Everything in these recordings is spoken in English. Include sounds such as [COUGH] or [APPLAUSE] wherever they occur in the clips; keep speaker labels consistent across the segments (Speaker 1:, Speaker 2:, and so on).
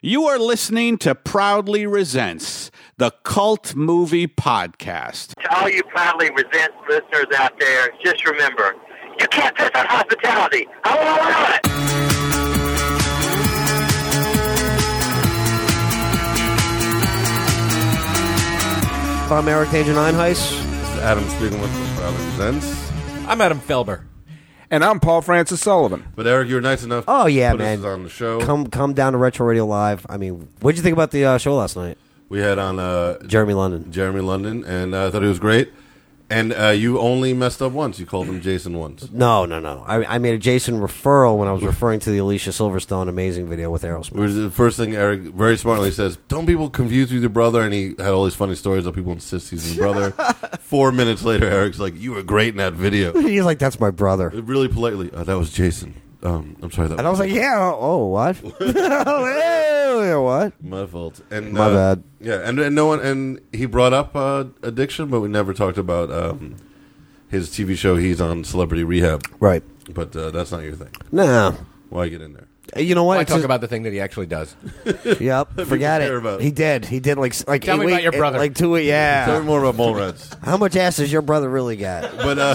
Speaker 1: You are listening to Proudly Resents, the cult movie podcast.
Speaker 2: To all you proudly resent listeners out there, just remember, you can't piss on hospitality. I won't allow it.
Speaker 3: I'm Eric Agent Einheis.
Speaker 4: Adam speaking with Probably Resents.
Speaker 5: I'm Adam Felber.
Speaker 6: And I'm Paul Francis Sullivan.
Speaker 4: But Eric, you were nice enough.
Speaker 3: Oh,
Speaker 4: to
Speaker 3: yeah,
Speaker 4: put
Speaker 3: man.
Speaker 4: us on the show.
Speaker 3: Come come down to Retro Radio Live. I mean, what'd you think about the uh, show last night?
Speaker 4: We had on uh,
Speaker 3: Jeremy London.
Speaker 4: Jeremy London, and uh, I thought he was great. And uh, you only messed up once. You called him Jason once.
Speaker 3: No, no, no. I, I made a Jason referral when I was referring to the Alicia Silverstone amazing video with Aerosmith. [LAUGHS]
Speaker 4: Which is the first thing Eric very smartly says, "Don't people confuse you with your brother?" And he had all these funny stories of people insist he's his brother.
Speaker 3: [LAUGHS]
Speaker 4: Four minutes later, Eric's like, "You were great in that video."
Speaker 3: He's like, that's my brother.
Speaker 4: Really politely, uh, that was Jason. Um, I'm sorry, that
Speaker 3: And I was like, yeah, oh, oh, what? [LAUGHS] oh, hey, what?
Speaker 4: my fault. And
Speaker 3: My
Speaker 4: uh,
Speaker 3: bad.
Speaker 4: Yeah, and, and no one and he brought up uh, addiction, but we never talked about um, his TV show. He's on Celebrity Rehab,
Speaker 3: Right.
Speaker 4: but uh, that's not your thing.
Speaker 3: Nah.
Speaker 4: Why get in there?
Speaker 3: You know what?
Speaker 5: I
Speaker 3: It's
Speaker 5: talk
Speaker 3: just-
Speaker 5: about the thing that he actually does.
Speaker 3: [LAUGHS] Yep. Forget
Speaker 4: care about.
Speaker 3: it. He did. He did like s- like
Speaker 5: Tell
Speaker 3: eight
Speaker 5: me about
Speaker 3: week-
Speaker 5: your brother.
Speaker 3: Like two.
Speaker 4: Tell
Speaker 3: Yeah.
Speaker 4: me more about mole rats.
Speaker 3: How much ass does your brother really got?
Speaker 4: But uh,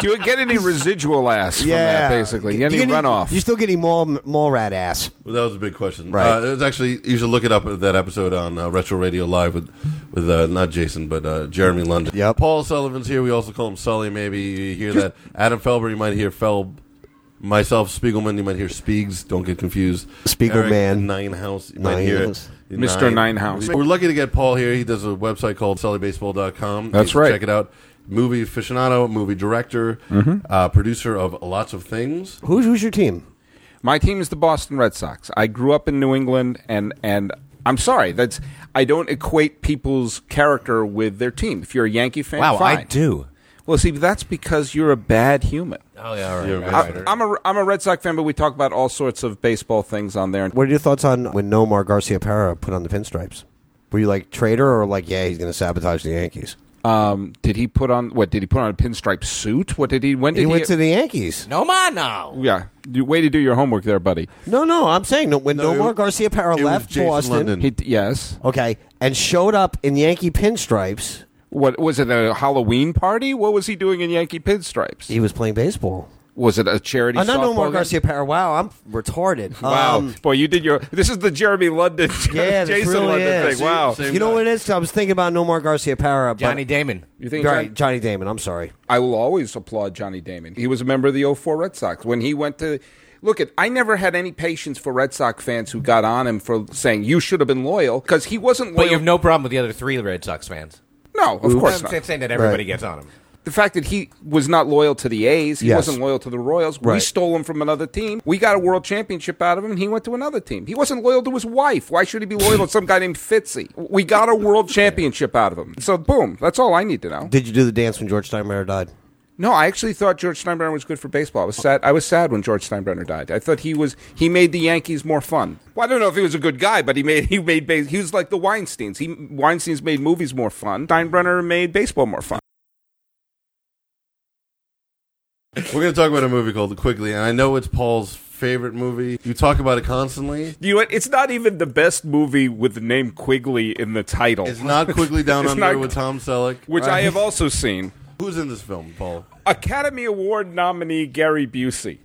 Speaker 6: Do you get any residual ass from that, basically?
Speaker 3: You
Speaker 6: Any
Speaker 3: get
Speaker 6: runoff?
Speaker 3: You still getting more mole rat ass.
Speaker 4: Well, that was a big question.
Speaker 3: Right.
Speaker 4: Uh, it was actually you should look it up. That episode on uh, Retro Radio Live with with uh, not Jason but uh, Jeremy London.
Speaker 3: Yep.
Speaker 4: Paul Sullivan's here. We also call him Sully. Maybe you hear that. Adam Felber. You might hear Felb. Myself, Spiegelman. You might hear Spiegs. Don't get confused.
Speaker 3: Spiegelman.
Speaker 4: Eric Ninehouse. You might hear
Speaker 3: Ninehouse.
Speaker 6: Mr. Ninehouse.
Speaker 4: We're lucky to get Paul here. He does a website called SullyBaseball.com.
Speaker 6: That's
Speaker 4: You should
Speaker 6: right.
Speaker 4: Check it out. Movie aficionado, movie director,
Speaker 6: Mm-hmm.
Speaker 4: uh, producer of lots of things.
Speaker 3: Who's who's your team?
Speaker 6: My team is the Boston Red Sox. I grew up in New England, and and I'm sorry that's I don't equate people's character with their team. If you're a Yankee fan, fine.
Speaker 5: do.
Speaker 6: Well, see, that's because you're a bad human.
Speaker 5: Oh yeah, all right,
Speaker 4: You're a
Speaker 5: all
Speaker 4: bad
Speaker 5: right.
Speaker 4: writer.
Speaker 6: I'm a I'm a Red Sox fan, but we talk about all sorts of baseball things on there.
Speaker 3: What are your thoughts on when Nomar Garcia Parra put on the pinstripes? Were you like traitor or like yeah he's going to sabotage the Yankees?
Speaker 6: Um, did he put on what? Did he put on a pinstripe suit? What did he? When did
Speaker 3: He,
Speaker 6: he?
Speaker 3: went to the Yankees.
Speaker 5: No man now.
Speaker 6: yeah, You- way to do your homework there, buddy.
Speaker 3: No, no, I'm saying no, when
Speaker 4: No,
Speaker 3: Nomar
Speaker 4: it-
Speaker 3: Garcia Parra
Speaker 4: it was
Speaker 3: left
Speaker 4: Jason
Speaker 3: Boston,
Speaker 4: London.
Speaker 6: He, yes.
Speaker 3: okay, and showed up in Yankee pinstripes,
Speaker 6: What was it? A Halloween party? What was he doing in Yankee pinstripes?
Speaker 3: he was playing baseball.
Speaker 6: was it a charity?
Speaker 3: Uh, not
Speaker 6: softball
Speaker 3: Nomar
Speaker 6: game?
Speaker 3: Garcia Parra. Wow, I'm retarded.
Speaker 6: Wow,
Speaker 3: Um,
Speaker 6: boy, you did your. This is the Jeremy London, [LAUGHS]
Speaker 3: yeah, this
Speaker 6: Jason
Speaker 3: really
Speaker 6: London
Speaker 3: is.
Speaker 6: thing. Wow,
Speaker 4: Same
Speaker 3: you know
Speaker 4: guy.
Speaker 3: what it is? I was thinking about Nomar Garcia Parra, but-
Speaker 5: Johnny Damon.
Speaker 6: you think?
Speaker 3: right,
Speaker 6: John-
Speaker 3: Johnny Damon. I'm sorry.
Speaker 6: I will always applaud Johnny Damon. He was a member of the 04 Red Sox when he went to. Look at I never had any patience for Red Sox fans who got on him for saying you should have been loyal because he wasn't
Speaker 5: But you
Speaker 6: loyal.
Speaker 5: have no problem with the other three Red Sox fans.
Speaker 6: no, of course
Speaker 5: I'm
Speaker 6: not.
Speaker 5: saying that everybody
Speaker 3: Right.
Speaker 5: gets on him.
Speaker 6: the fact that he was not loyal to the A's, he
Speaker 3: Yes.
Speaker 6: wasn't loyal to the Royals. We
Speaker 3: Right.
Speaker 6: stole him from another team. We got a world championship out of him. and He went to another team. He wasn't loyal to his wife. Why should he be loyal to some guy named Fitzy? We got a world championship out of him. So boom, that's all I need to know.
Speaker 3: Did you do the dance when George Steinbrenner died?
Speaker 6: No, I actually thought George Steinbrenner was good for baseball. I was sad. I was sad when George Steinbrenner died. I thought he was he made the Yankees more fun. Well, I don't know if he was a good guy, but he made he made base, he was like the Weinstein's. He Weinstein's made movies more fun. Steinbrenner made baseball more fun.
Speaker 4: We're going to talk about a movie called Quickly, and I know it's Paul's favorite movie. You talk about it constantly.
Speaker 6: You know, what? it's not even the best movie with the name Quigley in the title,
Speaker 4: It's not
Speaker 6: [LAUGHS]
Speaker 4: Quickly Down
Speaker 6: It's
Speaker 4: Under
Speaker 6: not-
Speaker 4: with Tom Selleck.
Speaker 6: which I have also seen.
Speaker 4: Who's in this film, Paul?
Speaker 6: Academy Award nominee Gary Busey.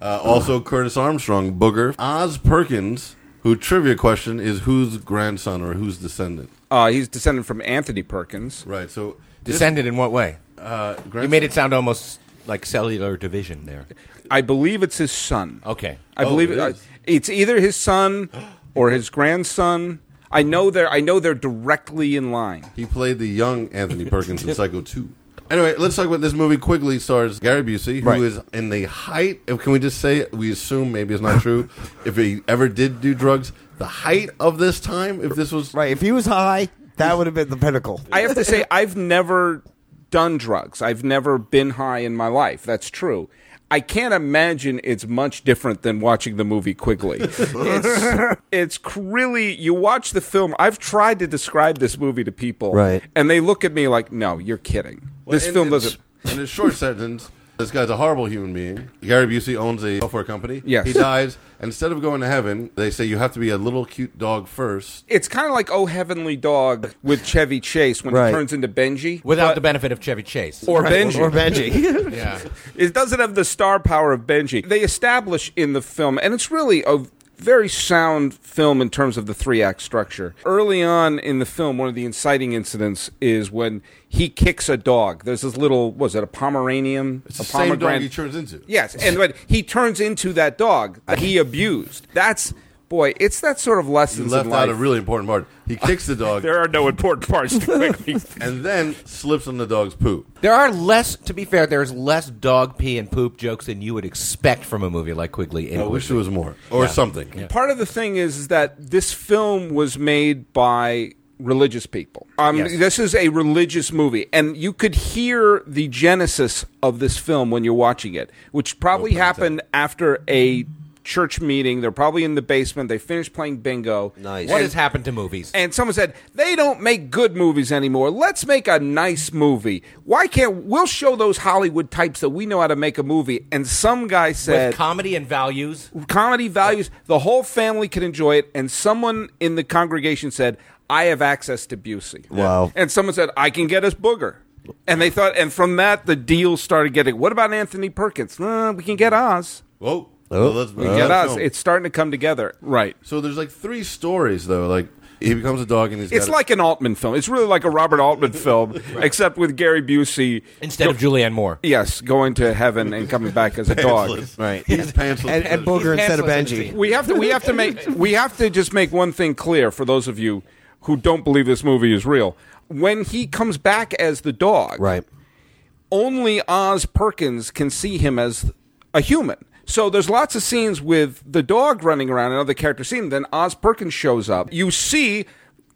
Speaker 4: Uh, also, Curtis Armstrong, Booger. Oz Perkins, who trivia question is whose grandson or whose descendant?
Speaker 6: Uh, he's descended from Anthony Perkins.
Speaker 4: Right, so. this,
Speaker 5: Descended in what way?
Speaker 4: Uh,
Speaker 5: You made it sound almost like cellular division there.
Speaker 6: I believe it's his son.
Speaker 5: Okay.
Speaker 6: I
Speaker 4: Oh,
Speaker 6: believe
Speaker 4: it
Speaker 6: it- I-
Speaker 4: is.
Speaker 6: it's either his son [GASPS] or his grandson. I know they're I know they're directly in line.
Speaker 4: He played the young Anthony Perkins in Psycho 2. Anyway, let's talk about this movie quickly. Stars Gary Busey, who is
Speaker 6: Right.
Speaker 4: in the height of, can we just say, we assume maybe it's not
Speaker 6: [LAUGHS]
Speaker 4: true, if he ever did do drugs, the height of this time, if this was
Speaker 3: Right. If he was high, that would have been the pinnacle.
Speaker 6: I have to say I've never done drugs. I've never been high in my life. That's true. I can't imagine it's much different than watching the movie Quigley.
Speaker 3: [LAUGHS]
Speaker 6: It's, it's cr- really you watch the film. I've tried to describe this movie to people,
Speaker 3: Right.
Speaker 6: And they look at me like, "No, you're kidding. this
Speaker 4: And
Speaker 6: film
Speaker 4: it's-
Speaker 6: doesn't."
Speaker 4: In a short sentence, This guy's a horrible human being. Gary Busey owns a software company.
Speaker 6: Yes.
Speaker 4: He dies. Instead of going to heaven, they say you have to be a little cute dog first.
Speaker 6: It's kind of like Oh Heavenly Dog with Chevy Chase when
Speaker 3: Right.
Speaker 6: he turns into Benji.
Speaker 5: Without the benefit of Chevy Chase.
Speaker 6: or Benji.
Speaker 3: Or Benji.
Speaker 5: yeah.
Speaker 6: It doesn't have the star power of Benji. They establish in the film, and it's really a very sound film in terms of the three act structure. Early on in the film, one of the inciting incidents is when he kicks a dog. There's this little, was it a Pomeranian?
Speaker 4: It's
Speaker 6: a
Speaker 4: the same dog
Speaker 6: pomegran-
Speaker 4: he turns into.
Speaker 6: Yes, and when he turns into that dog that he abused. That's boy, it's that sort of
Speaker 4: He
Speaker 6: lessons
Speaker 4: left
Speaker 6: in life.
Speaker 4: out a really important part. He kicks the dog
Speaker 6: [LAUGHS] there are no important parts to quickly. [LAUGHS]
Speaker 4: and then slips on the dog's poo.
Speaker 5: There are less, to be fair, there's less dog pee and poop jokes than you would expect from a movie like Quigley. and
Speaker 4: I wish there was more or something.
Speaker 6: Part of the thing is, is that this film was made by religious people. Um,
Speaker 5: Yes.
Speaker 6: This is a religious movie, and you could hear the genesis of this film when you're watching it, which probably happened after a church meeting. They're probably in the basement. They finished playing bingo.
Speaker 3: Nice.
Speaker 5: What has happened to movies?
Speaker 6: and someone said they don't make good movies anymore. Let's make a nice movie. Why can't we'll show those Hollywood types that we know how to make a movie? And some guy said
Speaker 5: With comedy and values.
Speaker 6: comedy values the whole family can enjoy it. And someone in the congregation said, "I have access to Busey."
Speaker 3: Wow.
Speaker 6: And someone said, "I can get us Booger." And they thought, and from that the deal started getting. What about Anthony Perkins? Uh, we can get Oz.
Speaker 4: Whoa.
Speaker 3: Oh.
Speaker 4: Well, let's-
Speaker 6: We can get
Speaker 4: let's
Speaker 6: Oz.
Speaker 4: go.
Speaker 6: It's starting to come together. Right.
Speaker 4: so there's like three stories though. Like he becomes a dog and he's
Speaker 6: It's
Speaker 4: got a-
Speaker 6: like an Altman film. It's really like a Robert Altman film, except with Gary Busey.
Speaker 5: Instead of Julianne Moore.
Speaker 6: Yes, going to heaven and coming back as a
Speaker 4: [LAUGHS]
Speaker 6: dog.
Speaker 4: pantsless.
Speaker 3: Right.
Speaker 4: He's pantsless.
Speaker 3: and, and Booger instead of Benji.
Speaker 6: We have to we have to make we have to just make one thing clear for those of you who don't believe this movie is real. When he comes back as the dog,
Speaker 3: Right.
Speaker 6: only Oz Perkins can see him as a human. So there's lots of scenes with the dog running around and other characters seeing. him. Then Oz Perkins shows up. You see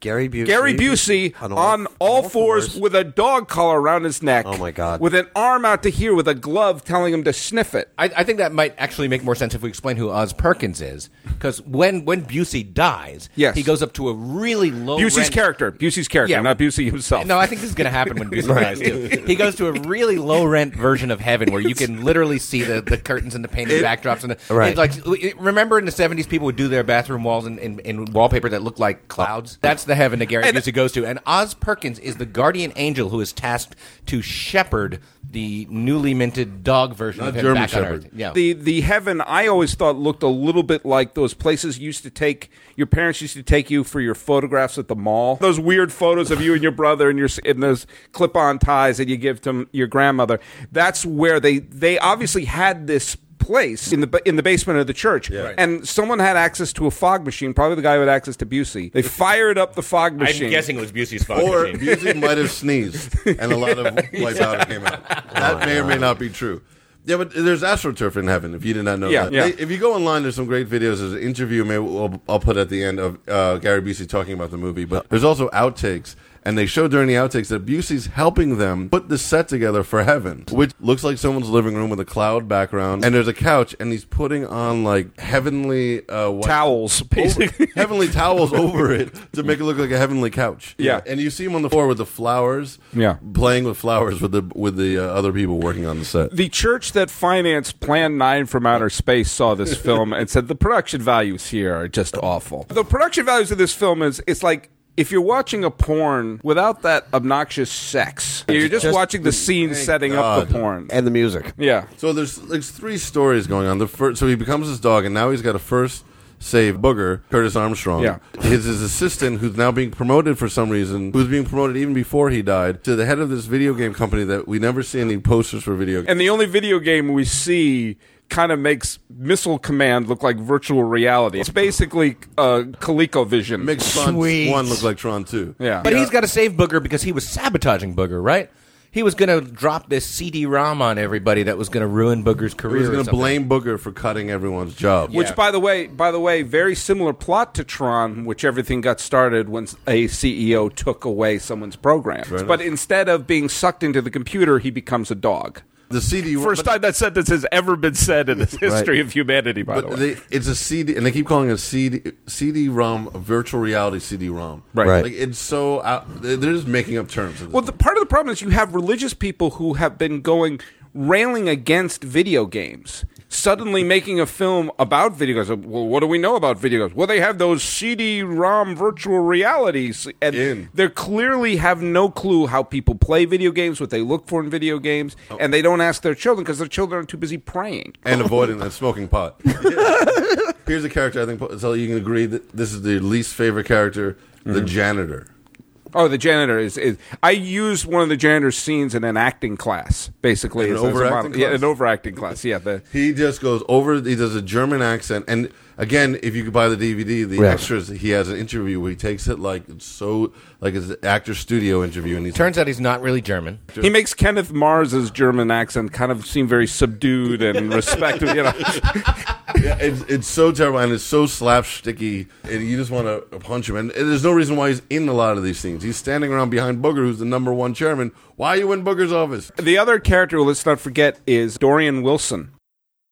Speaker 3: Gary Busey.
Speaker 6: Gary Busey on all, fours, with a dog collar around his neck.
Speaker 3: Oh, my God.
Speaker 6: With an arm out to here with a glove telling him to sniff it.
Speaker 5: I, I think that might actually make more sense if we explain who Oz Perkins is, because when when Busey dies,
Speaker 6: Yes.
Speaker 5: he goes up to a really low.
Speaker 6: Busey's
Speaker 5: rent-
Speaker 6: character. Busey's character,
Speaker 5: Yeah.
Speaker 6: not Busey himself.
Speaker 5: No, I think this is going to happen when Busey dies too. He goes to a really low rent version of heaven where you can literally see the, the curtains and the painted backdrops and the,
Speaker 3: Right.
Speaker 5: it's like it- remember in the seventies people would do their bathroom walls in, in, in wallpaper that looked like clouds. That's the heaven that Gary Busey goes to, and Oz Perkins is the guardian angel who is tasked to shepherd the newly minted dog version
Speaker 4: Not
Speaker 5: of him
Speaker 4: German
Speaker 5: back on
Speaker 4: shepherd.
Speaker 5: Earth. Yeah.
Speaker 6: the the heaven I always thought looked a little bit like those places you used to take your parents used to take you for your photographs at the mall. Those weird photos of you and your brother and your in those clip-on ties that you give to m- your grandmother. That's where they they obviously had this place in the ba- in the basement of the church and someone had access to a fog machine probably the guy who had access to Busey they fired up the fog machine
Speaker 5: it was Busey's fog
Speaker 4: or Busey might have sneezed and a
Speaker 6: [LAUGHS]
Speaker 4: lot of white powder came out. That
Speaker 6: Oh,
Speaker 4: may or may not be true. Yeah, but there's astroturf in heaven. If you did not know
Speaker 6: Yeah,
Speaker 4: that,
Speaker 6: yeah.
Speaker 4: They- if you go online, there's some great videos. There's an interview. Maybe we'll, I'll put at the end of uh, Gary Busey talking about the movie. But there's also outtakes, and they show during the outtakes that Busey's helping them put the set together for heaven, which looks like someone's living room with a cloud background, and there's a couch, and he's putting on like heavenly uh, white
Speaker 6: towels basically [LAUGHS]
Speaker 4: heavenly towels over it to make it look like a heavenly couch.
Speaker 6: Yeah.
Speaker 4: and you see him on the floor with the flowers.
Speaker 6: Yeah.
Speaker 4: playing with flowers with the with the uh, other people working on the set.
Speaker 6: the church that financed Plan 9 from Outer Space saw
Speaker 3: [LAUGHS]
Speaker 6: this film and said the production values here are just awful. The production values of this film is it's like if you're watching a porn without that obnoxious sex, you're just,
Speaker 3: Just-
Speaker 6: watching the scene setting up the porn.
Speaker 3: And the music.
Speaker 6: yeah.
Speaker 4: So there's there's three stories going on. The first, so he becomes his dog, and now he's got a first save booger, Curtis Armstrong.
Speaker 6: Yeah.
Speaker 4: his his assistant, who's now being promoted for some reason, who's being promoted even before he died to the head of this video game company that we never see any posters for video. games.
Speaker 6: And the only video game we see kind of makes Missile Command look like virtual reality. It's basically uh, ColecoVision.
Speaker 4: Makes Tron
Speaker 3: Sweet.
Speaker 4: one look like Tron two.
Speaker 6: yeah.
Speaker 5: But he's got to save Booger because he was sabotaging Booger, right? He was going to drop this CD-ROM on everybody that was going to ruin Booger's career.
Speaker 4: He's
Speaker 5: or
Speaker 4: going to
Speaker 5: something.
Speaker 4: blame Booger for cutting everyone's job.
Speaker 6: Which, by the way, by the way, very similar plot to Tron, which everything got started when a CEO took away someone's program. but instead of being sucked into the computer, he becomes a dog.
Speaker 4: the CD
Speaker 6: First
Speaker 4: but-
Speaker 6: time that sentence has ever been said [LAUGHS] in the history of humanity. By the
Speaker 4: But
Speaker 6: way,
Speaker 4: they, it's a CD, and they keep calling it a CD, CD-ROM, a virtual reality CD-ROM.
Speaker 6: Right.
Speaker 3: Right.
Speaker 4: Like it's so out, they're just making up terms. at this
Speaker 6: well, the, part of the problem is you have religious people who have been going railing against video games. Suddenly making a film about video games. Well, what do we know about video games? Well, they have those CD-ROM virtual realities, and
Speaker 4: In.
Speaker 6: they clearly have no clue how people play video games, what they look for in video games,
Speaker 4: Oh.
Speaker 6: and they don't ask their children because their children are too busy praying.
Speaker 4: [LAUGHS] and avoiding that smoking
Speaker 6: [LAUGHS]
Speaker 4: pot. Here's a character I think so you can agree that this is the least favorite character, the
Speaker 6: Mm-hmm.
Speaker 4: janitor.
Speaker 6: Oh, the janitor is, is. I used one of the janitor's scenes in an acting class, basically.
Speaker 4: An
Speaker 6: as- as a model.
Speaker 4: overacting
Speaker 6: Yeah,
Speaker 4: class?
Speaker 6: an overacting class. Yeah, the,
Speaker 4: He just goes over. He does a German accent, and again, if you could buy the DVD, the
Speaker 3: Right.
Speaker 4: extras, he has an interview where he takes it like it's so, like it's an actor studio interview, and he
Speaker 5: Turns out he's not really German.
Speaker 6: he makes Kenneth Mars's German accent kind of seem very subdued and respectful. You know,
Speaker 4: Yeah, it's, it's so terrible and it's so slapsticky, and you just want to punch him. And there's no reason why he's in a lot of these scenes. He's standing around behind Booger, who's the number one chairman. Why are you in Booger's office?
Speaker 6: the other character let's not forget is Dorian Wilson,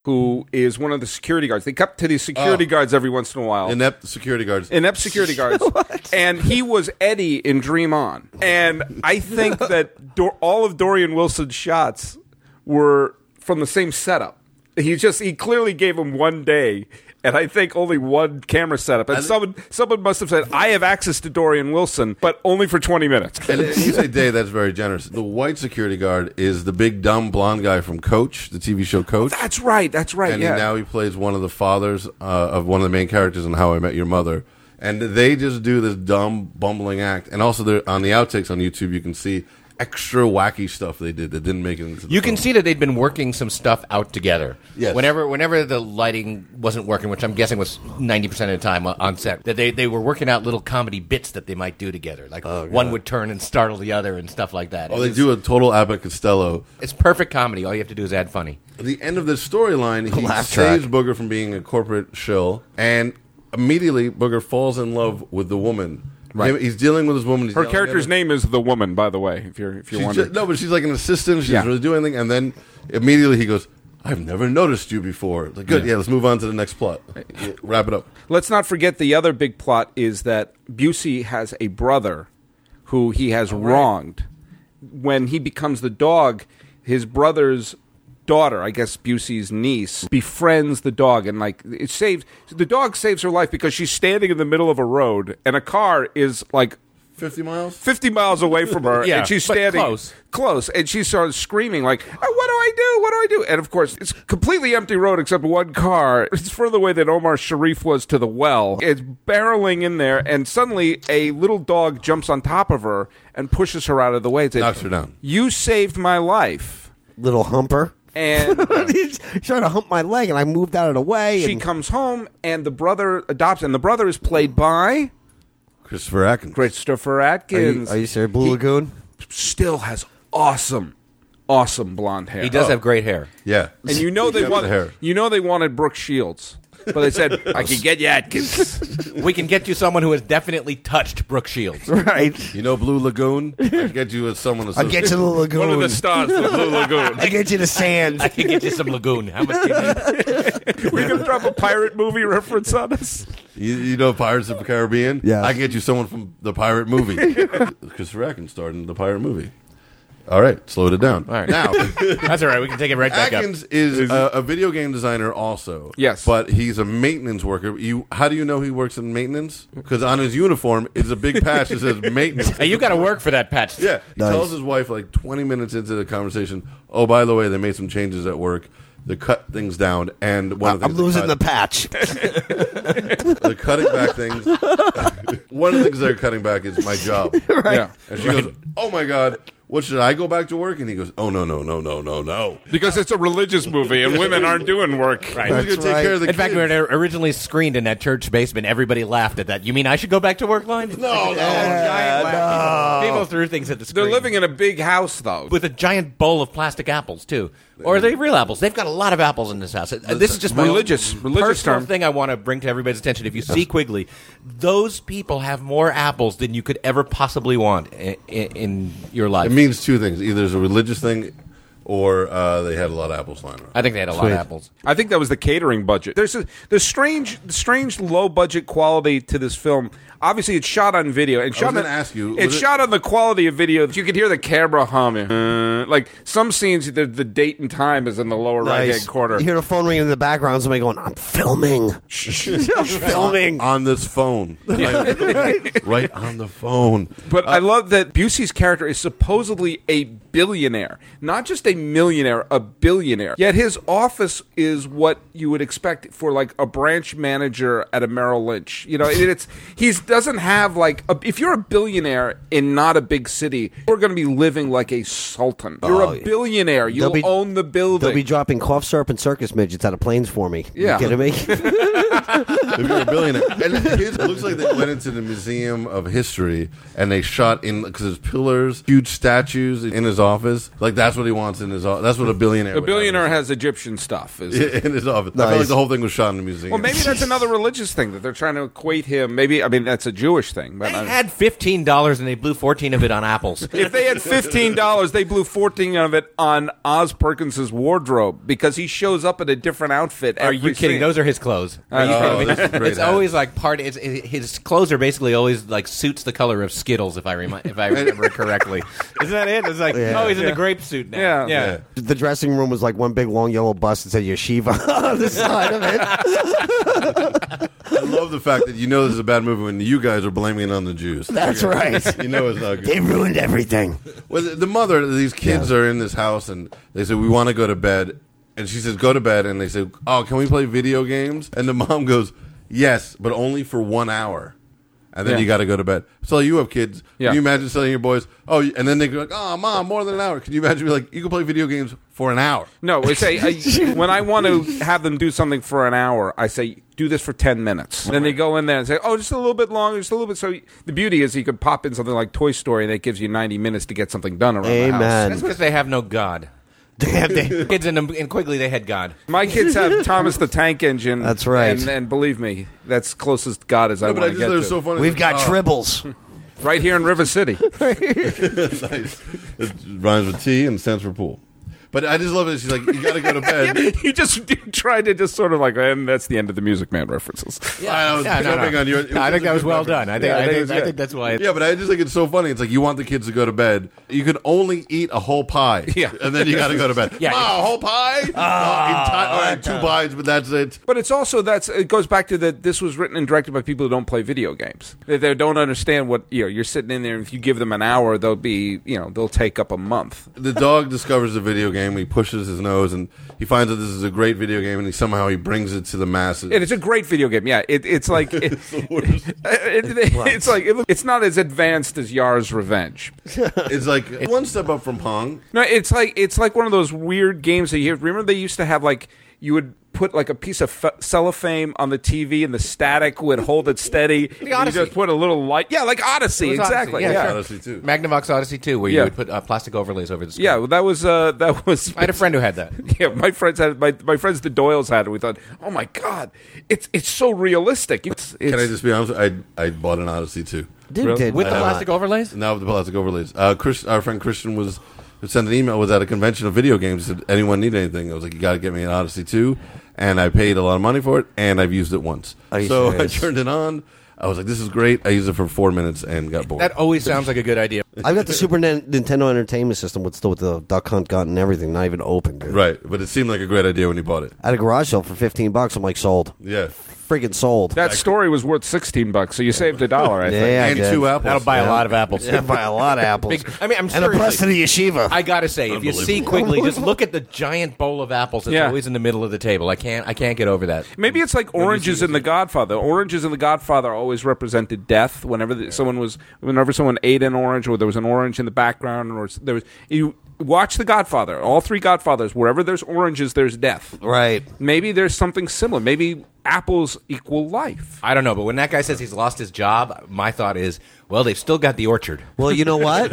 Speaker 6: who is one of the security guards. They cut to these security
Speaker 4: Oh.
Speaker 6: guards every once in a while.
Speaker 4: Inept security guards. [LAUGHS]
Speaker 6: inept security guards. and he was Eddie in Dream On. And
Speaker 4: [LAUGHS]
Speaker 6: I think that Dor- all of Dorian Wilson's shots were from the same setup. He just he clearly gave him one day. And I think only one camera setup. And someone someone must have said, "I have access to Dorian Wilson, but only for twenty minutes."
Speaker 4: and you say Dave, that's very generous. The white security guard is the big dumb blonde guy from Coach, the TV show Coach.
Speaker 6: That's right. That's right.
Speaker 4: and
Speaker 6: yeah.
Speaker 4: he, now he plays one of the fathers uh, of one of the main characters in How I Met Your Mother. And they just do this dumb, bumbling act. And also, they're- on the outtakes on YouTube, you can see extra wacky stuff they did that didn't make it into the
Speaker 5: You
Speaker 4: film.
Speaker 5: can see that they'd been working some stuff out together.
Speaker 4: Yes.
Speaker 5: Whenever, whenever the lighting wasn't working, which I'm guessing was 90 percent of the time on- on set, that they, they were working out little comedy bits that they might do together. Like one would turn and startle the other and stuff like that.
Speaker 4: Oh, they
Speaker 5: It's-
Speaker 4: do a total Abbott Costello.
Speaker 5: It's perfect comedy. All you have to do is add funny.
Speaker 4: At the end of the storyline, he
Speaker 3: Laugh track.
Speaker 4: saves Booger from being a corporate shill, and immediately Booger falls in love with the woman. Right. He's dealing with this woman. he's
Speaker 6: Her
Speaker 4: yelling at
Speaker 6: character's
Speaker 4: her.
Speaker 6: name is the woman, by the way. If you're if you're
Speaker 4: She's
Speaker 6: wondering,
Speaker 4: ju- no, but she's like an assistant. She
Speaker 6: Yeah.
Speaker 4: doesn't really do anything. And then immediately he goes, I've never noticed you before. Like, good. Yeah, let's move on to the next plot. Yeah, Wrap it up.
Speaker 6: Let's not forget the other big plot is that Busey has a brother who he has wronged. When he becomes the dog, his brother's daughter, I guess Busey's niece, befriends the dog and like it saves the dog saves her life because she's standing in the middle of a road and a car is like
Speaker 4: 50 miles?
Speaker 6: 50 miles away from her
Speaker 5: Yeah,
Speaker 6: and she's
Speaker 5: but
Speaker 6: standing
Speaker 5: close.
Speaker 6: close, and she starts screaming like "Oh, what do i do what do i do and of course it's completely empty road except one car [LAUGHS] it's further away than omar sharif was to the well it's barreling in there and suddenly a little dog jumps on top of her and pushes her out of the way It's like,
Speaker 4: Knocks her down.
Speaker 6: you saved my life
Speaker 3: Little humper. [LAUGHS]
Speaker 6: and
Speaker 3: He's trying to hump my leg, and I moved out of the way.
Speaker 6: she
Speaker 3: and
Speaker 6: comes home and the brother adopts and the brother is played by
Speaker 4: Christopher Atkins.
Speaker 6: christopher
Speaker 3: are, you,
Speaker 6: atkins
Speaker 3: are you serious? Blue Lagoon?
Speaker 6: still has awesome awesome blonde hair
Speaker 5: He
Speaker 4: Oh.
Speaker 5: does have great hair.
Speaker 4: Yeah.
Speaker 6: And
Speaker 4: [LAUGHS]
Speaker 6: you know they
Speaker 4: Except
Speaker 6: want
Speaker 4: the hair.
Speaker 6: you know they wanted Brooke Shields. But they said, I can get you Atkins.
Speaker 5: We can get you someone who has definitely touched
Speaker 4: [LAUGHS]
Speaker 5: Brooke Shields.
Speaker 3: Right.
Speaker 4: You know Blue Lagoon? I'll get you as someone
Speaker 3: I'll get you to the lagoon.
Speaker 6: One of
Speaker 4: Oh,
Speaker 6: the stars of Blue Lagoon.
Speaker 3: I'll get you to
Speaker 5: [LAUGHS] I
Speaker 3: sand.
Speaker 5: can get you some lagoon. How much? Can you
Speaker 6: Were you gonna drop a pirate movie reference on us?
Speaker 4: You, you know Pirates of the Caribbean?
Speaker 3: Yeah.
Speaker 4: I can get you someone from the pirate
Speaker 3: [LAUGHS]
Speaker 4: movie. Christopher Atkins starred in the pirate movie. All right, slowed it down. All
Speaker 5: right.
Speaker 4: Now,
Speaker 5: That's all right. We can take it right back up.
Speaker 4: Atkins is a, a video game designer also.
Speaker 6: Yes.
Speaker 4: But he's a maintenance worker. You, How do you know he works in maintenance? Because on his uniform is a big patch that says
Speaker 5: [LAUGHS]
Speaker 4: maintenance.
Speaker 5: Hey, you got to work for that patch.
Speaker 4: Yeah. He
Speaker 3: Nice.
Speaker 4: tells his wife like 20 minutes into the conversation, oh, by the way, they made some changes at work. They cut things down, and one of the
Speaker 3: I'm
Speaker 4: things they
Speaker 3: losing the
Speaker 4: cut-
Speaker 3: patch.
Speaker 4: they're cutting back things. one of the things they're cutting back is my job.
Speaker 6: Yeah.
Speaker 4: And she goes, "Oh my god, what should I go back to work?" And he goes, "Oh no, no, no, no, no, no."
Speaker 6: Because it's a religious movie and women aren't doing work.
Speaker 4: Who's
Speaker 3: That's
Speaker 4: gonna take
Speaker 3: right.
Speaker 4: care of the
Speaker 5: In fact,
Speaker 4: kids?
Speaker 5: we were originally screened in that church basement. Everybody laughed at that. You mean I should go back to work line?
Speaker 4: no, no.
Speaker 5: Giant laugh. People, people threw things at the screen.
Speaker 6: They're living in a big house though.
Speaker 5: with a giant bowl of plastic apples too, or are they real apples? They've got a lot of apples in this house. Uh, This is just my
Speaker 6: Religious-
Speaker 5: own
Speaker 6: religious
Speaker 5: personal
Speaker 6: term.
Speaker 5: thing I want to bring to everybody's attention. If you see Quigley, those people have more apples than you could ever possibly want in, in your life.
Speaker 4: It means two things: either it's a religious thing, or uh, they had a lot of apples lying around.
Speaker 5: I think they had a lot of apples.
Speaker 6: I think that was the catering budget. There's a, there's strange strange low budget quality to this film. Obviously, it's shot on video and shot.
Speaker 4: gonna
Speaker 6: on-
Speaker 4: ask you,
Speaker 6: It's
Speaker 4: was it-
Speaker 6: shot on the quality of video. You could hear the camera humming. Uh, like some scenes, the, the date and time is in the lower right hand corner.
Speaker 3: You hear the phone ringing in the background. Somebody going, "I'm filming. I'm filming."
Speaker 4: on this
Speaker 5: [LAUGHS]
Speaker 4: phone, right, right on the phone.
Speaker 3: Uh,
Speaker 6: But I love that Busey's character is supposedly a billionaire, not just a millionaire, a billionaire. Yet his office is what you would expect for like a branch manager at a Merrill Lynch. You know, and it's he's doesn't have like a, if you're a billionaire in not a big city, you're going to be living like a sultan. You're
Speaker 3: Oh,
Speaker 6: a
Speaker 3: yeah.
Speaker 6: billionaire. You'll
Speaker 3: They'll be-
Speaker 6: own the
Speaker 3: They'll
Speaker 6: building.
Speaker 3: be dropping cough syrup and circus midgets out of planes for me.
Speaker 6: Yeah.
Speaker 3: you kidding me? [LAUGHS]
Speaker 4: if you're a billionaire. [LAUGHS] And it looks like they went into the Museum of History and they shot in because there's pillars, huge statues in his office. Like that's what he wants in his. o- That's what a billionaire.
Speaker 6: a
Speaker 4: would have [LAUGHS]
Speaker 6: billionaire has Egyptian stuff. Is
Speaker 4: in his office. I feel like
Speaker 3: Nice.
Speaker 4: the whole thing was shot in a museum.
Speaker 6: Well, maybe that's another religious thing that they're trying to equate him. Maybe I mean that's a Jewish thing. But
Speaker 5: They
Speaker 6: I-
Speaker 5: had fifteen dollars and they blew fourteen of it on [LAUGHS] apples.
Speaker 6: If they had fifteen dollars, they blew fourteen of it on Oz Perkins's wardrobe because he shows up in a different outfit.
Speaker 5: Are you kidding? Those are his clothes. Are you
Speaker 6: know.
Speaker 5: kidding me?
Speaker 4: Oh, that's a great
Speaker 5: it's
Speaker 4: hat.
Speaker 5: always like part. It's, it, his clothes are basically always like suits the color of Skittles, if I remi- if I [LAUGHS] remember correctly. Isn't that it? It's like oh, he's in the grape suit
Speaker 6: Yeah.
Speaker 5: now. yeah.
Speaker 3: the dressing room was like one big long yellow bus that said yeshiva [LAUGHS] on the side of it.
Speaker 4: I love the fact that you know this is a bad movie when you guys are blaming it on the Jews.
Speaker 3: That's
Speaker 4: [LAUGHS]
Speaker 3: right.
Speaker 4: You know it's not good.
Speaker 3: They ruined everything.
Speaker 4: Well, the- the mother, these kids are in this house, and they say we want to go to bed, and she says go to bed, and they say, oh, can we play video games? And the mom [LAUGHS] goes, yes, but only for one hour, and then
Speaker 6: Yeah.
Speaker 4: you got to go to bed. So you have kids.
Speaker 6: Yeah.
Speaker 4: Can you imagine telling your boys, oh, and then they go like, oh, mom, more than an hour. Can you imagine? Like you can play video games for an hour.
Speaker 6: No, it's a,
Speaker 5: [LAUGHS]
Speaker 6: I- when I want to have them do something for an hour, I say do this for ten minutes. Then they go in there and say, "Oh, just a little bit longer, just a little bit." So the beauty is, you could pop in something like Toy Story, and it gives you ninety minutes to get something done around the house.
Speaker 5: That's
Speaker 3: Amen.
Speaker 5: because they have no God.
Speaker 3: Damn,
Speaker 5: [LAUGHS]
Speaker 3: they-
Speaker 5: Kids in, in Quigley, they had God.
Speaker 6: My kids have Thomas the Tank Engine.
Speaker 3: That's right.
Speaker 6: and, and believe me, that's closest God as I
Speaker 4: No,
Speaker 6: want
Speaker 4: but I
Speaker 6: to
Speaker 4: just
Speaker 6: get
Speaker 4: thought it
Speaker 6: to.
Speaker 4: was so funny.
Speaker 3: We've got
Speaker 4: Oh,
Speaker 3: tribbles.
Speaker 6: right here in River City.
Speaker 4: [LAUGHS] nice. It rhymes with T and stands for pool. But I just love it. She's like, you got to go
Speaker 5: [LAUGHS]
Speaker 4: to bed.
Speaker 6: [LAUGHS] you just tried to just sort of like, and that's the end of the Music Man references.
Speaker 4: I was jumping on your- it
Speaker 5: No, I think that was well done. I think,
Speaker 6: Yeah, I
Speaker 5: I,
Speaker 6: think
Speaker 5: think,
Speaker 6: it's
Speaker 5: I
Speaker 6: good.
Speaker 5: think that's why. It,
Speaker 4: Yeah, but I just think it's so funny. It's like you want the kids to go to bed. You can only eat a whole pie.
Speaker 6: Yeah. Ah,
Speaker 4: And then you got to go to bed.
Speaker 5: Yeah.
Speaker 4: Wow, a whole pie? Oh, enti- all right, two pies, but that's it.
Speaker 6: But it's also that's it goes back to that this was written and directed by people who don't play video games. They, they don't understand what you know. You're sitting in there, and if you give them an hour, they'll be you know they'll take up a month.
Speaker 4: The dog discovers the video game. He pushes his nose and he finds that this is a great video game and he somehow he brings it to the masses.
Speaker 6: And it's a great video game. Yeah, it, it's like it, it's, [LAUGHS] it's like it, it's not as advanced as Yar's Revenge.
Speaker 4: It's like one step up from Pong.
Speaker 6: No, it's like it's like one of those weird games that you remember they used to have like you would put like a piece of f- cellophane on the TV and the static would hold it steady. and
Speaker 5: Odyssey.
Speaker 6: You just put a little light. Yeah, like Odyssey,
Speaker 5: It was Odyssey,
Speaker 6: exactly.
Speaker 5: yeah,
Speaker 6: yeah.
Speaker 5: sure.
Speaker 4: Odyssey too.
Speaker 5: Magnavox Odyssey 2, where
Speaker 6: Yeah.
Speaker 5: you would put uh, plastic overlays over the screen.
Speaker 6: Yeah, well, that was uh, that was.
Speaker 5: I had a friend who had that.
Speaker 6: [LAUGHS] Yeah, my friends had my, my friends the Doyles had it. We thought, oh my god, it's it's so realistic. It's, it's
Speaker 4: Can I just be honest? I I bought an Odyssey too.
Speaker 3: Dude, did
Speaker 5: With the
Speaker 3: not.
Speaker 5: plastic overlays?
Speaker 4: Now with the plastic overlays. Uh, Chris, our friend Christian was sent an email. Was at a convention of video games. Did anyone need anything? I was like, you got to get me an Odyssey two, and I paid a lot of money for it, and I've used it once.
Speaker 3: Are you
Speaker 4: so [LAUGHS]
Speaker 3: serious?
Speaker 4: I turned it on. I was like, this is great. I used it for four minutes and got bored.
Speaker 5: That always sounds like a good idea.
Speaker 3: I've got the Super Nin- Nintendo Entertainment System with still with the Duck Hunt gun and everything, not even open, dude.
Speaker 4: right, but it seemed like a great idea when you bought it.
Speaker 3: At a garage sale for fifteen bucks, I'm like sold,
Speaker 4: Yeah,
Speaker 3: freaking sold.
Speaker 6: that story was worth sixteen bucks, so you saved a dollar. I think.
Speaker 3: yeah,
Speaker 4: and two apples.
Speaker 5: That'll buy a lot of apples.
Speaker 3: I buy a lot of apples.
Speaker 5: Big- I mean, I'm
Speaker 3: and a press to the yeshiva.
Speaker 5: I gotta say, if you see Quigley, just [LAUGHS] look at the giant bowl of apples that's
Speaker 6: Yeah.
Speaker 5: always in the middle of the table. I can't, I can't get over that.
Speaker 6: Maybe it's like oranges in The Godfather. Oranges in The Godfather always represented death. Whenever the, someone was, whenever someone ate an orange, or there was an orange in the background, or s- there was you watch The Godfather. All three Godfathers. Wherever there's oranges, there's death.
Speaker 3: right.
Speaker 6: Maybe there's something similar. Maybe apples equal life.
Speaker 5: I don't know, but when that guy says he's lost his job, my thought is, well, they've still got the orchard.
Speaker 3: Well, you know what?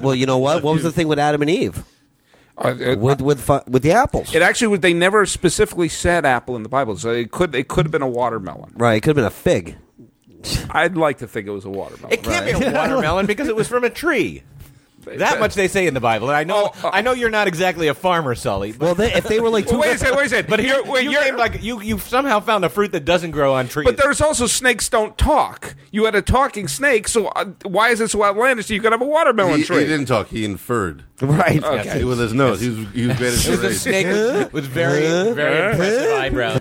Speaker 3: well, you know what? What was the thing with Adam and Eve?
Speaker 6: Uh, uh,
Speaker 3: With with fu- with the apples?
Speaker 6: It actually was. They never specifically said apple in the Bible, so it could it could have been a watermelon.
Speaker 3: right. It could have been a fig.
Speaker 6: I'd like to think it was a watermelon.
Speaker 5: [LAUGHS] It can't be a watermelon because it was from a tree. That much they say in the Bible. And I know,
Speaker 6: Oh, uh,
Speaker 5: I know you're not exactly a farmer, Sully. But
Speaker 3: Well, they, if they were like two,
Speaker 6: [LAUGHS] Well, wait a second. Wait a second.
Speaker 5: but
Speaker 6: You're-
Speaker 5: here,
Speaker 6: wait,
Speaker 5: you
Speaker 6: you're-
Speaker 5: named like you you somehow found a fruit that doesn't grow on trees.
Speaker 6: But there's also snakes don't talk. You had a talking snake, so uh, why is it so outlandish that you could have a watermelon
Speaker 4: He, he
Speaker 6: tree?
Speaker 4: didn't talk. He inferred.
Speaker 3: [LAUGHS] right?
Speaker 4: He- With his nose. He was, he was great at
Speaker 5: It was a
Speaker 4: charades.
Speaker 5: snake with, with very, very impressive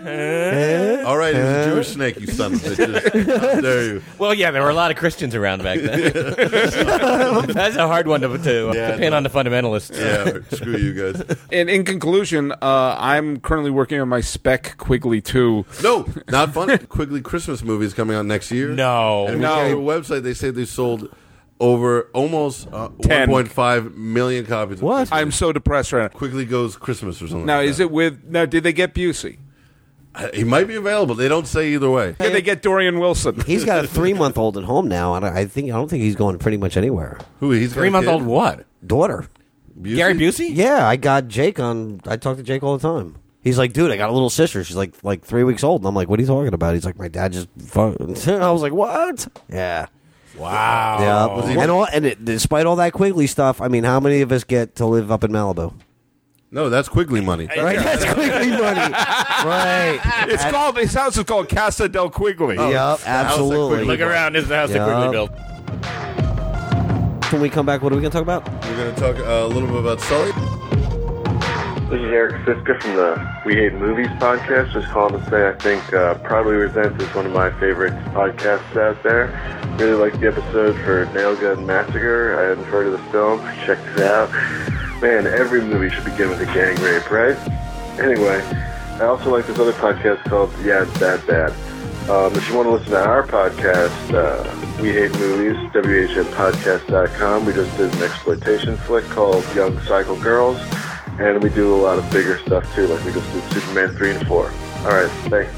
Speaker 5: eyebrows.
Speaker 4: All right, it was a Jewish snake, you son of a bitch. How dare you?
Speaker 5: Well, yeah, there were a lot of Christians around back then. That's a hard one to, to,
Speaker 4: Yeah,
Speaker 5: to pin
Speaker 4: no.
Speaker 5: on the fundamentalists.
Speaker 4: Yeah, screw you guys.
Speaker 6: And in conclusion, uh, I'm currently working on my spec Quigley 2.
Speaker 4: No, not fun. [LAUGHS] Quigley Christmas movie is coming out next year.
Speaker 5: No.
Speaker 4: and
Speaker 6: No.
Speaker 4: no. Their website they say they sold over almost uh,
Speaker 6: Ten.
Speaker 4: 1.5 million copies. of
Speaker 3: What?
Speaker 4: Christmas.
Speaker 6: I'm so depressed right now.
Speaker 4: Quigley goes Christmas or something.
Speaker 6: Now,
Speaker 4: like
Speaker 6: is
Speaker 4: that. Uh,
Speaker 6: it with. Now, did they get Busey?
Speaker 4: He might be available. They don't say either way.
Speaker 6: Did they get Dorian Wilson?
Speaker 3: He's got a three-month-old at home now, and I I think I don't think he's going pretty much anywhere.
Speaker 4: Who he's got a
Speaker 5: Three month old
Speaker 4: kid?
Speaker 5: what?
Speaker 3: Daughter.
Speaker 4: Busey?
Speaker 5: Gary Busey?
Speaker 3: Yeah, I got Jake on. I talk to Jake all the time. He's like, dude, I got a little sister. She's like, like three weeks old, and I'm like, what are you talking about? He's like, my dad just. Fun. [LAUGHS] I was like, what? Yeah. Wow. Yeah. And all and it, despite all that Quigley stuff, I mean, how many of us get to live up in Malibu?
Speaker 4: No, that's Quigley money.
Speaker 3: [LAUGHS] Right. That's Quigley money. right.
Speaker 6: [LAUGHS] It's called. His house is called Casa del Quigley.
Speaker 4: Oh,
Speaker 3: yep. Absolutely.
Speaker 4: Look
Speaker 5: around, this is the house
Speaker 3: Yeah.
Speaker 5: built.
Speaker 3: When we come back, what are we gonna talk about?
Speaker 4: We're going to talk uh, a little bit about Sully.
Speaker 7: This is Eric Fiska from the We Hate Movies podcast. Just calling to say I think uh, Probably Resents is one of my favorite podcasts out there. Really liked the episode for Nail Gun Massacre. I hadn't heard of the film. Checked it out. Man, every movie should begin with a gang rape, right? Anyway, I also like this other podcast called Yeah, It's That Bad. Um, if you want to listen to our podcast, uh, We Hate Movies, WHMPodcast.com. We just did an exploitation flick called Young Cycle Girls, and we do a lot of bigger stuff too, like we just did Superman 3 and 4. All right, thanks.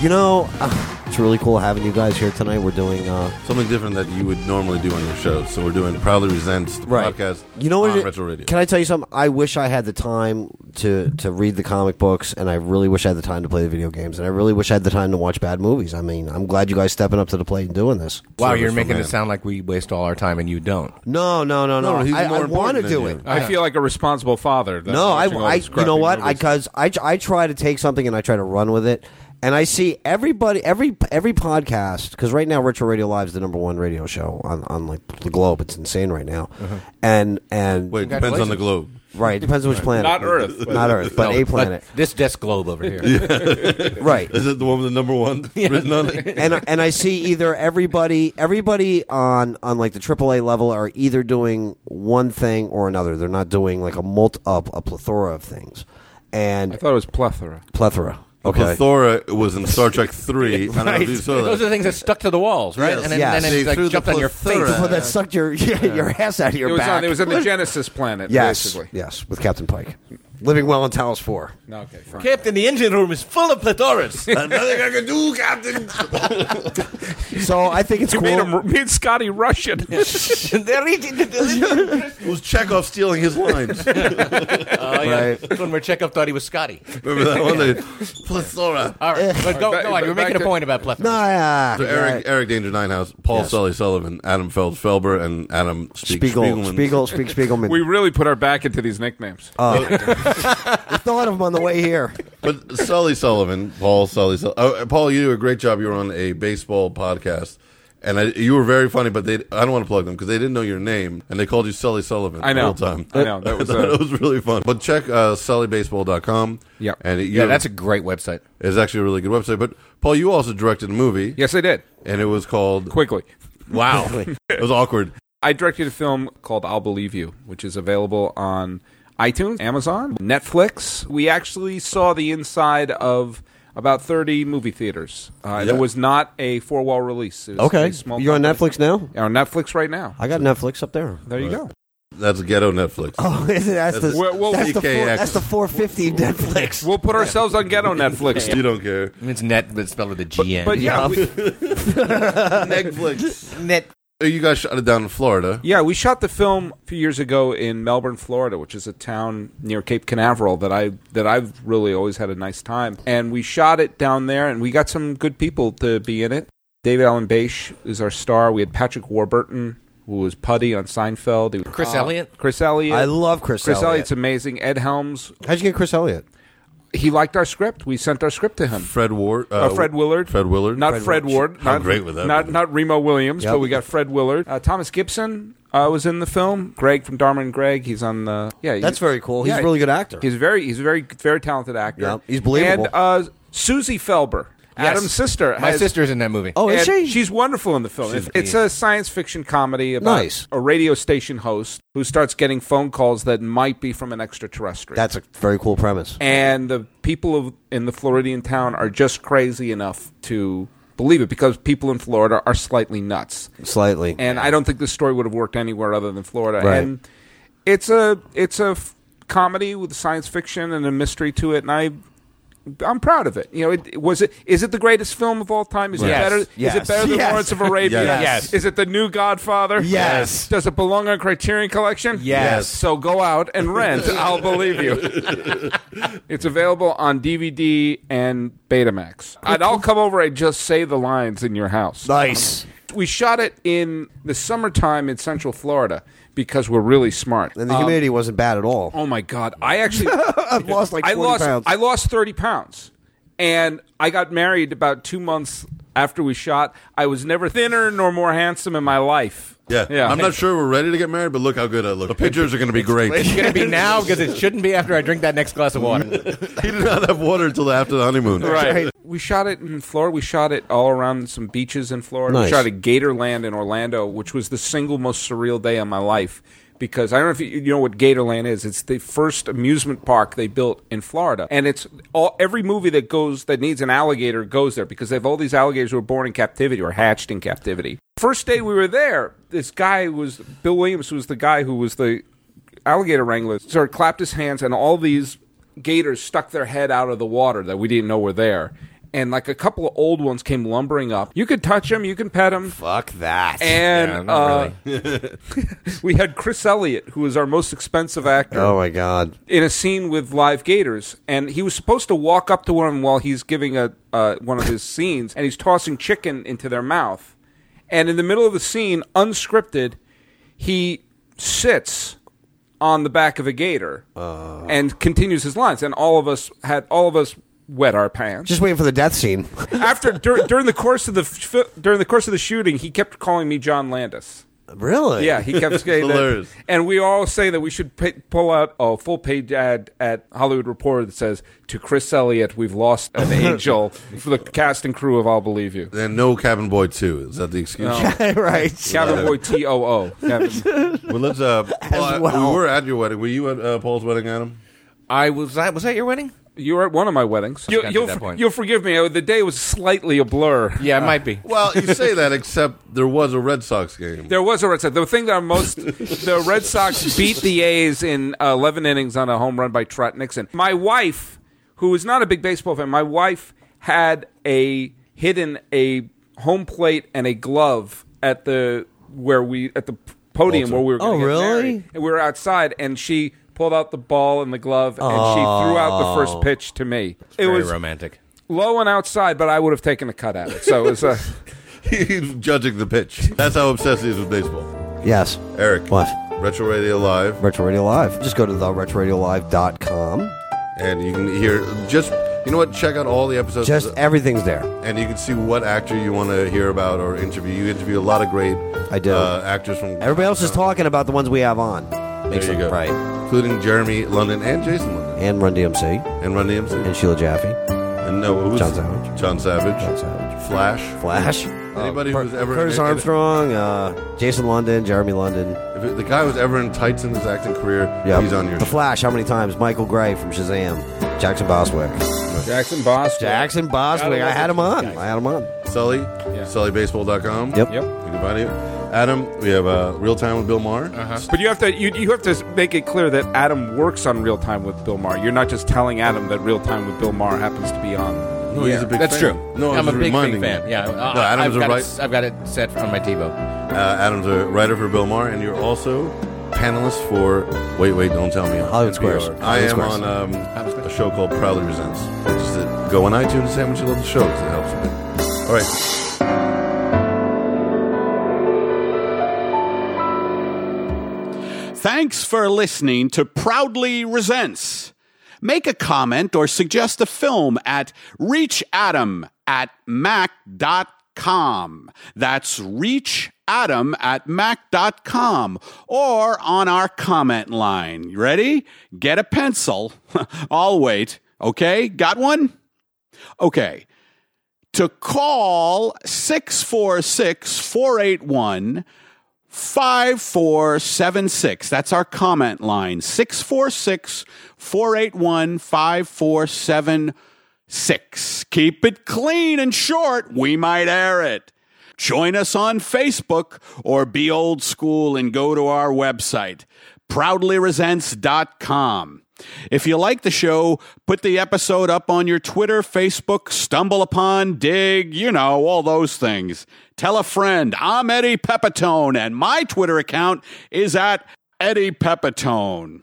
Speaker 3: You know, uh, it's really cool having you guys here tonight. We're doing. uh
Speaker 4: Something different that you would normally do on your show. So we're doing Proudly Resents the podcast
Speaker 3: You know what?
Speaker 4: on
Speaker 3: it-
Speaker 4: Retro Radio.
Speaker 3: Can I tell you something? I wish I had the time to to read the comic books, and I really wish I had the time to play the video games, and I really wish I had the time to watch bad movies. I mean, I'm glad you guys stepping up to the plate and doing this.
Speaker 5: Wow, you're
Speaker 4: Service
Speaker 5: making
Speaker 4: man.
Speaker 5: it sound like we waste all our time and you don't.
Speaker 3: No, no, no, no.
Speaker 4: No, he's
Speaker 3: I,
Speaker 4: more
Speaker 3: I want to
Speaker 4: important than
Speaker 3: do
Speaker 4: you.
Speaker 3: it.
Speaker 5: Uh-huh.
Speaker 6: I feel like a responsible father. that's
Speaker 3: No, I,
Speaker 6: watching all
Speaker 3: I
Speaker 6: these
Speaker 3: you know
Speaker 6: crappy
Speaker 3: what? I
Speaker 6: movies.
Speaker 3: cuz I I try to take something and I try to run with it. And I see everybody every every podcast cuz right now Retro Radio Live is the number 1 radio show on on like the globe. It's insane right now. And and
Speaker 4: Uh-huh. Wait, it depends on the globe.
Speaker 3: right, it depends on which planet.
Speaker 6: Not Earth, but-
Speaker 3: Not Earth, but
Speaker 5: No,
Speaker 3: a planet.
Speaker 5: This desk globe over here.
Speaker 3: [LAUGHS] Right.
Speaker 4: Is it the one with the number
Speaker 5: [LAUGHS]
Speaker 4: one written on it?
Speaker 3: and and I see either everybody everybody on on like the AAA level are either doing one thing or another. They're not doing like a multi a, a plethora of things, and
Speaker 6: I thought it was plethora.
Speaker 3: plethora. [LAUGHS] Okay,
Speaker 4: Plethora was in Star
Speaker 5: [LAUGHS]
Speaker 4: Trek 3. I don't know if you saw that.
Speaker 5: Those are the things that stuck to the walls, right?
Speaker 4: Yes.
Speaker 5: And then,
Speaker 3: Yes.
Speaker 5: and then
Speaker 4: They
Speaker 5: it
Speaker 4: threw
Speaker 5: like,
Speaker 4: the
Speaker 5: jumped on your
Speaker 4: plethora.
Speaker 5: face.
Speaker 3: Well, that sucked your [LAUGHS] your ass out of your
Speaker 6: It was,
Speaker 3: back.
Speaker 6: on, it was in the Genesis planet,
Speaker 3: yes,
Speaker 6: basically.
Speaker 3: yes, with Captain Pike, living well in Talos Four.
Speaker 6: No, okay, fine.
Speaker 5: Captain, the engine room is full of [LAUGHS]
Speaker 4: [LAUGHS]
Speaker 5: plethoras.
Speaker 4: Nothing I can do, Captain.
Speaker 3: So I think it's
Speaker 6: You
Speaker 3: cool.
Speaker 6: made him made Scotty Russian.
Speaker 5: They're eating the
Speaker 4: It was Chekhov stealing his
Speaker 5: [LAUGHS]
Speaker 4: lines.
Speaker 5: Oh, yeah.
Speaker 3: Right.
Speaker 5: That's when where Chekhov thought he was Scotty.
Speaker 4: Remember that one? They- Plethora.
Speaker 5: All right. But go,
Speaker 6: Back-
Speaker 5: go on. You were
Speaker 6: back
Speaker 5: making a
Speaker 6: to-
Speaker 5: point about plethora.
Speaker 3: no, yeah,
Speaker 4: So Eric, Eric Danger Ninehouse, Paul Sully Sullivan, Adam Feld Felber, and Adam Spieg-
Speaker 3: Spiegel,
Speaker 4: Spiegelman.
Speaker 3: Spiegel, Spieg, Spiegelman.
Speaker 6: we really put our back into these nicknames.
Speaker 3: I thought of him on the way here.
Speaker 4: But Sully Sullivan, Paul Sully Sullivan. Oh, Paul, you do a great job. You were on a baseball podcast. And I, you were very funny, but they, I don't want to plug them because they didn't know your name, and they called you Sully Sullivan
Speaker 6: I know.
Speaker 4: the whole time.
Speaker 6: I
Speaker 4: [LAUGHS]
Speaker 6: know. That was, uh,
Speaker 4: that was really fun. But check uh, sullybaseball.com.
Speaker 6: Yeah.
Speaker 4: And it,
Speaker 5: Yeah, that's a great website.
Speaker 4: it's actually a really good website. But, Paul, you also directed a movie,
Speaker 6: yes, I did.
Speaker 4: and it was called
Speaker 6: Quickly. [LAUGHS]
Speaker 4: Wow. it was awkward.
Speaker 6: I directed a film called I'll Believe You, which is available on iTunes, Amazon, Netflix. We actually saw the inside of about 30 movie theaters. Uh,
Speaker 4: Yeah.
Speaker 6: There was not a four wall release. It was
Speaker 3: [LAUGHS]
Speaker 6: a
Speaker 3: Okay,
Speaker 6: small
Speaker 3: you're on
Speaker 6: company.
Speaker 3: Netflix now.
Speaker 6: Yeah, on Netflix right now.
Speaker 3: I got Netflix up there.
Speaker 6: There you go.
Speaker 4: That's ghetto Netflix.
Speaker 3: [LAUGHS] Oh, that's, the,
Speaker 4: Well,
Speaker 6: well, E
Speaker 3: that's, the four,
Speaker 4: TKX.
Speaker 3: that's the 450 Netflix.
Speaker 6: We'll put ourselves on ghetto [LAUGHS] Netflix.
Speaker 4: [LAUGHS] You don't care.
Speaker 6: [LAUGHS]
Speaker 5: It's net, but it's spelled with a G N.
Speaker 6: But yeah, we,
Speaker 4: Netflix.
Speaker 5: net.
Speaker 4: You guys shot it down in Florida.
Speaker 6: Yeah, we shot the film a few years ago in Melbourne, Florida, which is a town near Cape Canaveral that I that I've really always had a nice time. And we shot it down there, and we got some good people to be in it. David Allen Bache is our star. We had Patrick Warburton, who was Putty on Seinfeld. He was-
Speaker 5: Chris Elliott?
Speaker 6: Chris Elliott.
Speaker 3: I love Chris
Speaker 6: Chris
Speaker 3: Elliott.
Speaker 6: Elliott's amazing. Ed Helms.
Speaker 3: How'd you get Chris Elliott?
Speaker 6: He liked our script. We sent our script to him.
Speaker 4: Fred Ward.
Speaker 6: Uh, Fred Willard.
Speaker 4: Fred Willard.
Speaker 6: Not Fred, Ward.
Speaker 4: How
Speaker 6: not,
Speaker 4: great would that
Speaker 6: Not,
Speaker 4: be?
Speaker 6: not Remo Williams,
Speaker 3: Yep.
Speaker 6: but we got Fred Willard. Uh, Thomas Gibson uh, was in the film. Greg from Dharma and Greg. He's on the. Yeah, he-
Speaker 3: That's very cool. He's
Speaker 6: yeah,
Speaker 3: a really good actor.
Speaker 6: He's very, he's a very, very talented actor.
Speaker 3: Yep. He's believable.
Speaker 6: And uh, Susie Felber, Adam's sister.
Speaker 5: My
Speaker 6: has-
Speaker 5: sister's in that movie.
Speaker 3: Oh, is
Speaker 6: and
Speaker 3: she?
Speaker 6: She's wonderful in the film. it's a science fiction comedy about
Speaker 3: Nice.
Speaker 6: a radio station host who starts getting phone calls that might be from an extraterrestrial.
Speaker 3: That's a very cool premise.
Speaker 6: and the people of, in the Floridian town are just crazy enough to believe it because people in Florida are slightly nuts.
Speaker 3: Slightly.
Speaker 6: And I don't think this story would have worked anywhere other than Florida.
Speaker 3: Right.
Speaker 6: And it's a it's a f- comedy with science fiction and a mystery to it, and I. I'm proud of it. You know, it, was it is it the greatest film of all time? Is it
Speaker 5: Yes.
Speaker 6: better? Is
Speaker 3: Yes.
Speaker 6: it better than
Speaker 3: Yes.
Speaker 6: Lawrence of Arabia?
Speaker 4: Yes.
Speaker 5: Yes.
Speaker 6: Is it the new Godfather?
Speaker 3: Yes.
Speaker 6: Does it belong on Criterion Collection?
Speaker 5: Yes.
Speaker 6: So go out and rent. I'll believe you. It's available on DVD and Betamax. And I'll come over and just say the lines in your house.
Speaker 3: nice.
Speaker 6: We shot it in the summertime in Central Florida because we're really smart.
Speaker 3: And the humidity wasn't bad at all.
Speaker 6: Oh my God!
Speaker 3: [LAUGHS]
Speaker 6: I actually I've
Speaker 3: lost like
Speaker 6: I
Speaker 3: 40
Speaker 6: lost
Speaker 3: pounds.
Speaker 6: I lost thirty pounds, and I got married about two months after we shot. I was never thinner nor more handsome in my life.
Speaker 4: Yeah.
Speaker 6: yeah.
Speaker 4: I'm not sure we're ready to get married, but look how good I look. The pictures are going to be great.
Speaker 5: It's going to be now because it shouldn't be after I drink that next glass of
Speaker 4: [LAUGHS]
Speaker 5: water.
Speaker 4: he did not have water until after the honeymoon. [LAUGHS]
Speaker 6: Right. We shot it in Florida. We shot it all around some beaches in Florida.
Speaker 3: Nice.
Speaker 6: We shot at Gatorland in Orlando, which was the single most surreal day of my life because I don't know if you, you know what Gatorland is. It's the first amusement park they built in Florida, and it's all every movie that goes that needs an alligator goes there because they have all these alligators who were born in captivity or hatched in captivity. First day we were there, this guy was Bill Williams was the guy who was the alligator wrangler sort of clapped his hands and all these gators stuck their head out of the water that we didn't know were there and like a couple of old ones came lumbering up you could touch them you can pet them
Speaker 5: Fuck that. yeah,
Speaker 6: and
Speaker 5: not
Speaker 6: uh,
Speaker 5: really.
Speaker 6: [LAUGHS] we had chris elliott who was our most expensive actor
Speaker 3: Oh my god.
Speaker 6: in a scene with live gators, and he was supposed to walk up to one while he's giving a uh, one of his scenes, and he's tossing chicken into their mouth, and in the middle of the scene, unscripted, he sits on the back of a gator and continues his lines, and all of us had all of us wet our pants
Speaker 3: [LAUGHS] Just waiting for the death scene.
Speaker 6: after dur- during the course of the fi- during the course of the shooting. He kept calling me John Landis.
Speaker 3: really?
Speaker 6: [LAUGHS] Yeah, he kept saying that.
Speaker 4: Hilarious.
Speaker 6: And we all say that we should pay, pull out a full page ad at Hollywood Reporter that says, To Chris Elliott, we've lost [LAUGHS] an angel for the cast and crew of I'll Believe You.
Speaker 4: And no Cabin Boy 2. Is that the excuse?
Speaker 3: [LAUGHS] right.
Speaker 6: Cabin Boy T O [LAUGHS] O. Cabin-
Speaker 4: [LAUGHS] Well,
Speaker 3: [LAUGHS]
Speaker 4: let's. Uh, Paul, I-
Speaker 3: well.
Speaker 4: We were at your wedding. Were you at uh, Paul's wedding, Adam?
Speaker 5: I was that was that your wedding?
Speaker 6: You were at one of my weddings. You,
Speaker 5: Got to
Speaker 6: you'll,
Speaker 5: that point.
Speaker 6: you'll forgive me. uh, The day was slightly a [LAUGHS] blur.
Speaker 5: Yeah, it might be.
Speaker 4: Well, you say that, except there was a Red Sox game.
Speaker 6: There was a Red Sox. The thing that I'm most the Red Sox beat the A's in uh, 11 innings on a home run by Trot Nixon. My wife, who is not a big baseball fan, my wife had a hidden a home plate and a glove at the where we at the podium where we were. gonna
Speaker 3: Oh,
Speaker 6: get
Speaker 3: really?
Speaker 6: married. And we were outside, and she pulled out the ball and the glove, and she threw out the first pitch to me. It
Speaker 5: Very
Speaker 6: was
Speaker 5: romantic.
Speaker 6: low and outside, but I would have taken a cut at it. So it was. Uh,
Speaker 4: [LAUGHS] He's judging the pitch. That's how obsessed he is with baseball.
Speaker 3: Yes.
Speaker 4: Eric.
Speaker 3: What?
Speaker 4: Retro Radio Live.
Speaker 3: Retro Radio Live. Just go to the retroradiolive.com.
Speaker 4: and you can hear just you know what check out all the episodes
Speaker 3: Just everything's there.
Speaker 4: and you can see what actor you want to hear about or interview you interview a lot of great
Speaker 3: I do.
Speaker 4: uh, actors from
Speaker 3: Everybody else is talking about the ones we have on. Makes
Speaker 4: there you
Speaker 3: them
Speaker 4: go.
Speaker 3: right.
Speaker 4: including jeremy london and jason london
Speaker 3: And Run DMC.
Speaker 4: and run dmc
Speaker 3: And Sheila Jaffe.
Speaker 4: and no who's
Speaker 3: John Savage.
Speaker 4: john savage
Speaker 3: John Savage.
Speaker 4: flash
Speaker 3: Flash.
Speaker 4: Anybody
Speaker 3: Uh,
Speaker 4: who's ever-
Speaker 3: Curtis Armstrong, uh, Jason London, Jeremy London.
Speaker 4: if it- the guy was ever in tights in his acting career
Speaker 3: Yeah.
Speaker 4: he's on your
Speaker 3: The
Speaker 4: show.
Speaker 3: Flash, how many times? Michael Gray from Shazam. Jackson Boswick.
Speaker 6: Jackson Boss.
Speaker 3: Jackson Boswick. I had him on. I had him on.
Speaker 4: sully sullybaseball.com
Speaker 3: Yep.
Speaker 6: Yep.
Speaker 4: you can find it adam we have uh, real time with bill maher
Speaker 5: Uh-huh.
Speaker 6: But you have to you, you have to make it clear that Adam works on Real Time with Bill Maher. You're not just telling Adam that Real Time with Bill Maher happens to be on.
Speaker 4: no Oh, he's a big
Speaker 5: That's
Speaker 4: fan.
Speaker 5: true.
Speaker 4: no I
Speaker 5: I'm a
Speaker 4: was
Speaker 5: big, big
Speaker 4: reminding you.
Speaker 5: fan. Yeah, uh,
Speaker 4: no adam's
Speaker 5: I've
Speaker 4: a
Speaker 5: got
Speaker 4: right
Speaker 5: It, I've got it set on my TiVo.
Speaker 4: Uh, Adam's a writer for Bill Maher, and you're also panelist for Wait, Wait, Don't Tell Me. on
Speaker 3: Hollywood
Speaker 4: NPR.
Speaker 3: Squares.
Speaker 4: I am
Speaker 3: Hollywood
Speaker 4: on um, a show called Proudly Resents. Just uh, go on iTunes and say how much you love the show because it helps a bit. All right.
Speaker 1: Thanks for listening to Proudly Resents. Make a comment or suggest a film at reachadam at mac.com. That's reachadam at mac.com or on our comment line. You Ready? Get a pencil. [LAUGHS] I'll wait. Okay? Got one? Okay to call 646 481 5476. That's our comment line 646 481 5476. Keep it clean and short. We might air it. Join us on Facebook or be old school and go to our website, proudlyresents.com. If you like the show, put the episode up on your Twitter, Facebook, stumble upon, dig, you know, all those things. Tell a friend. I'm Eddie Pepitone, and my Twitter account is at Eddie Pepitone.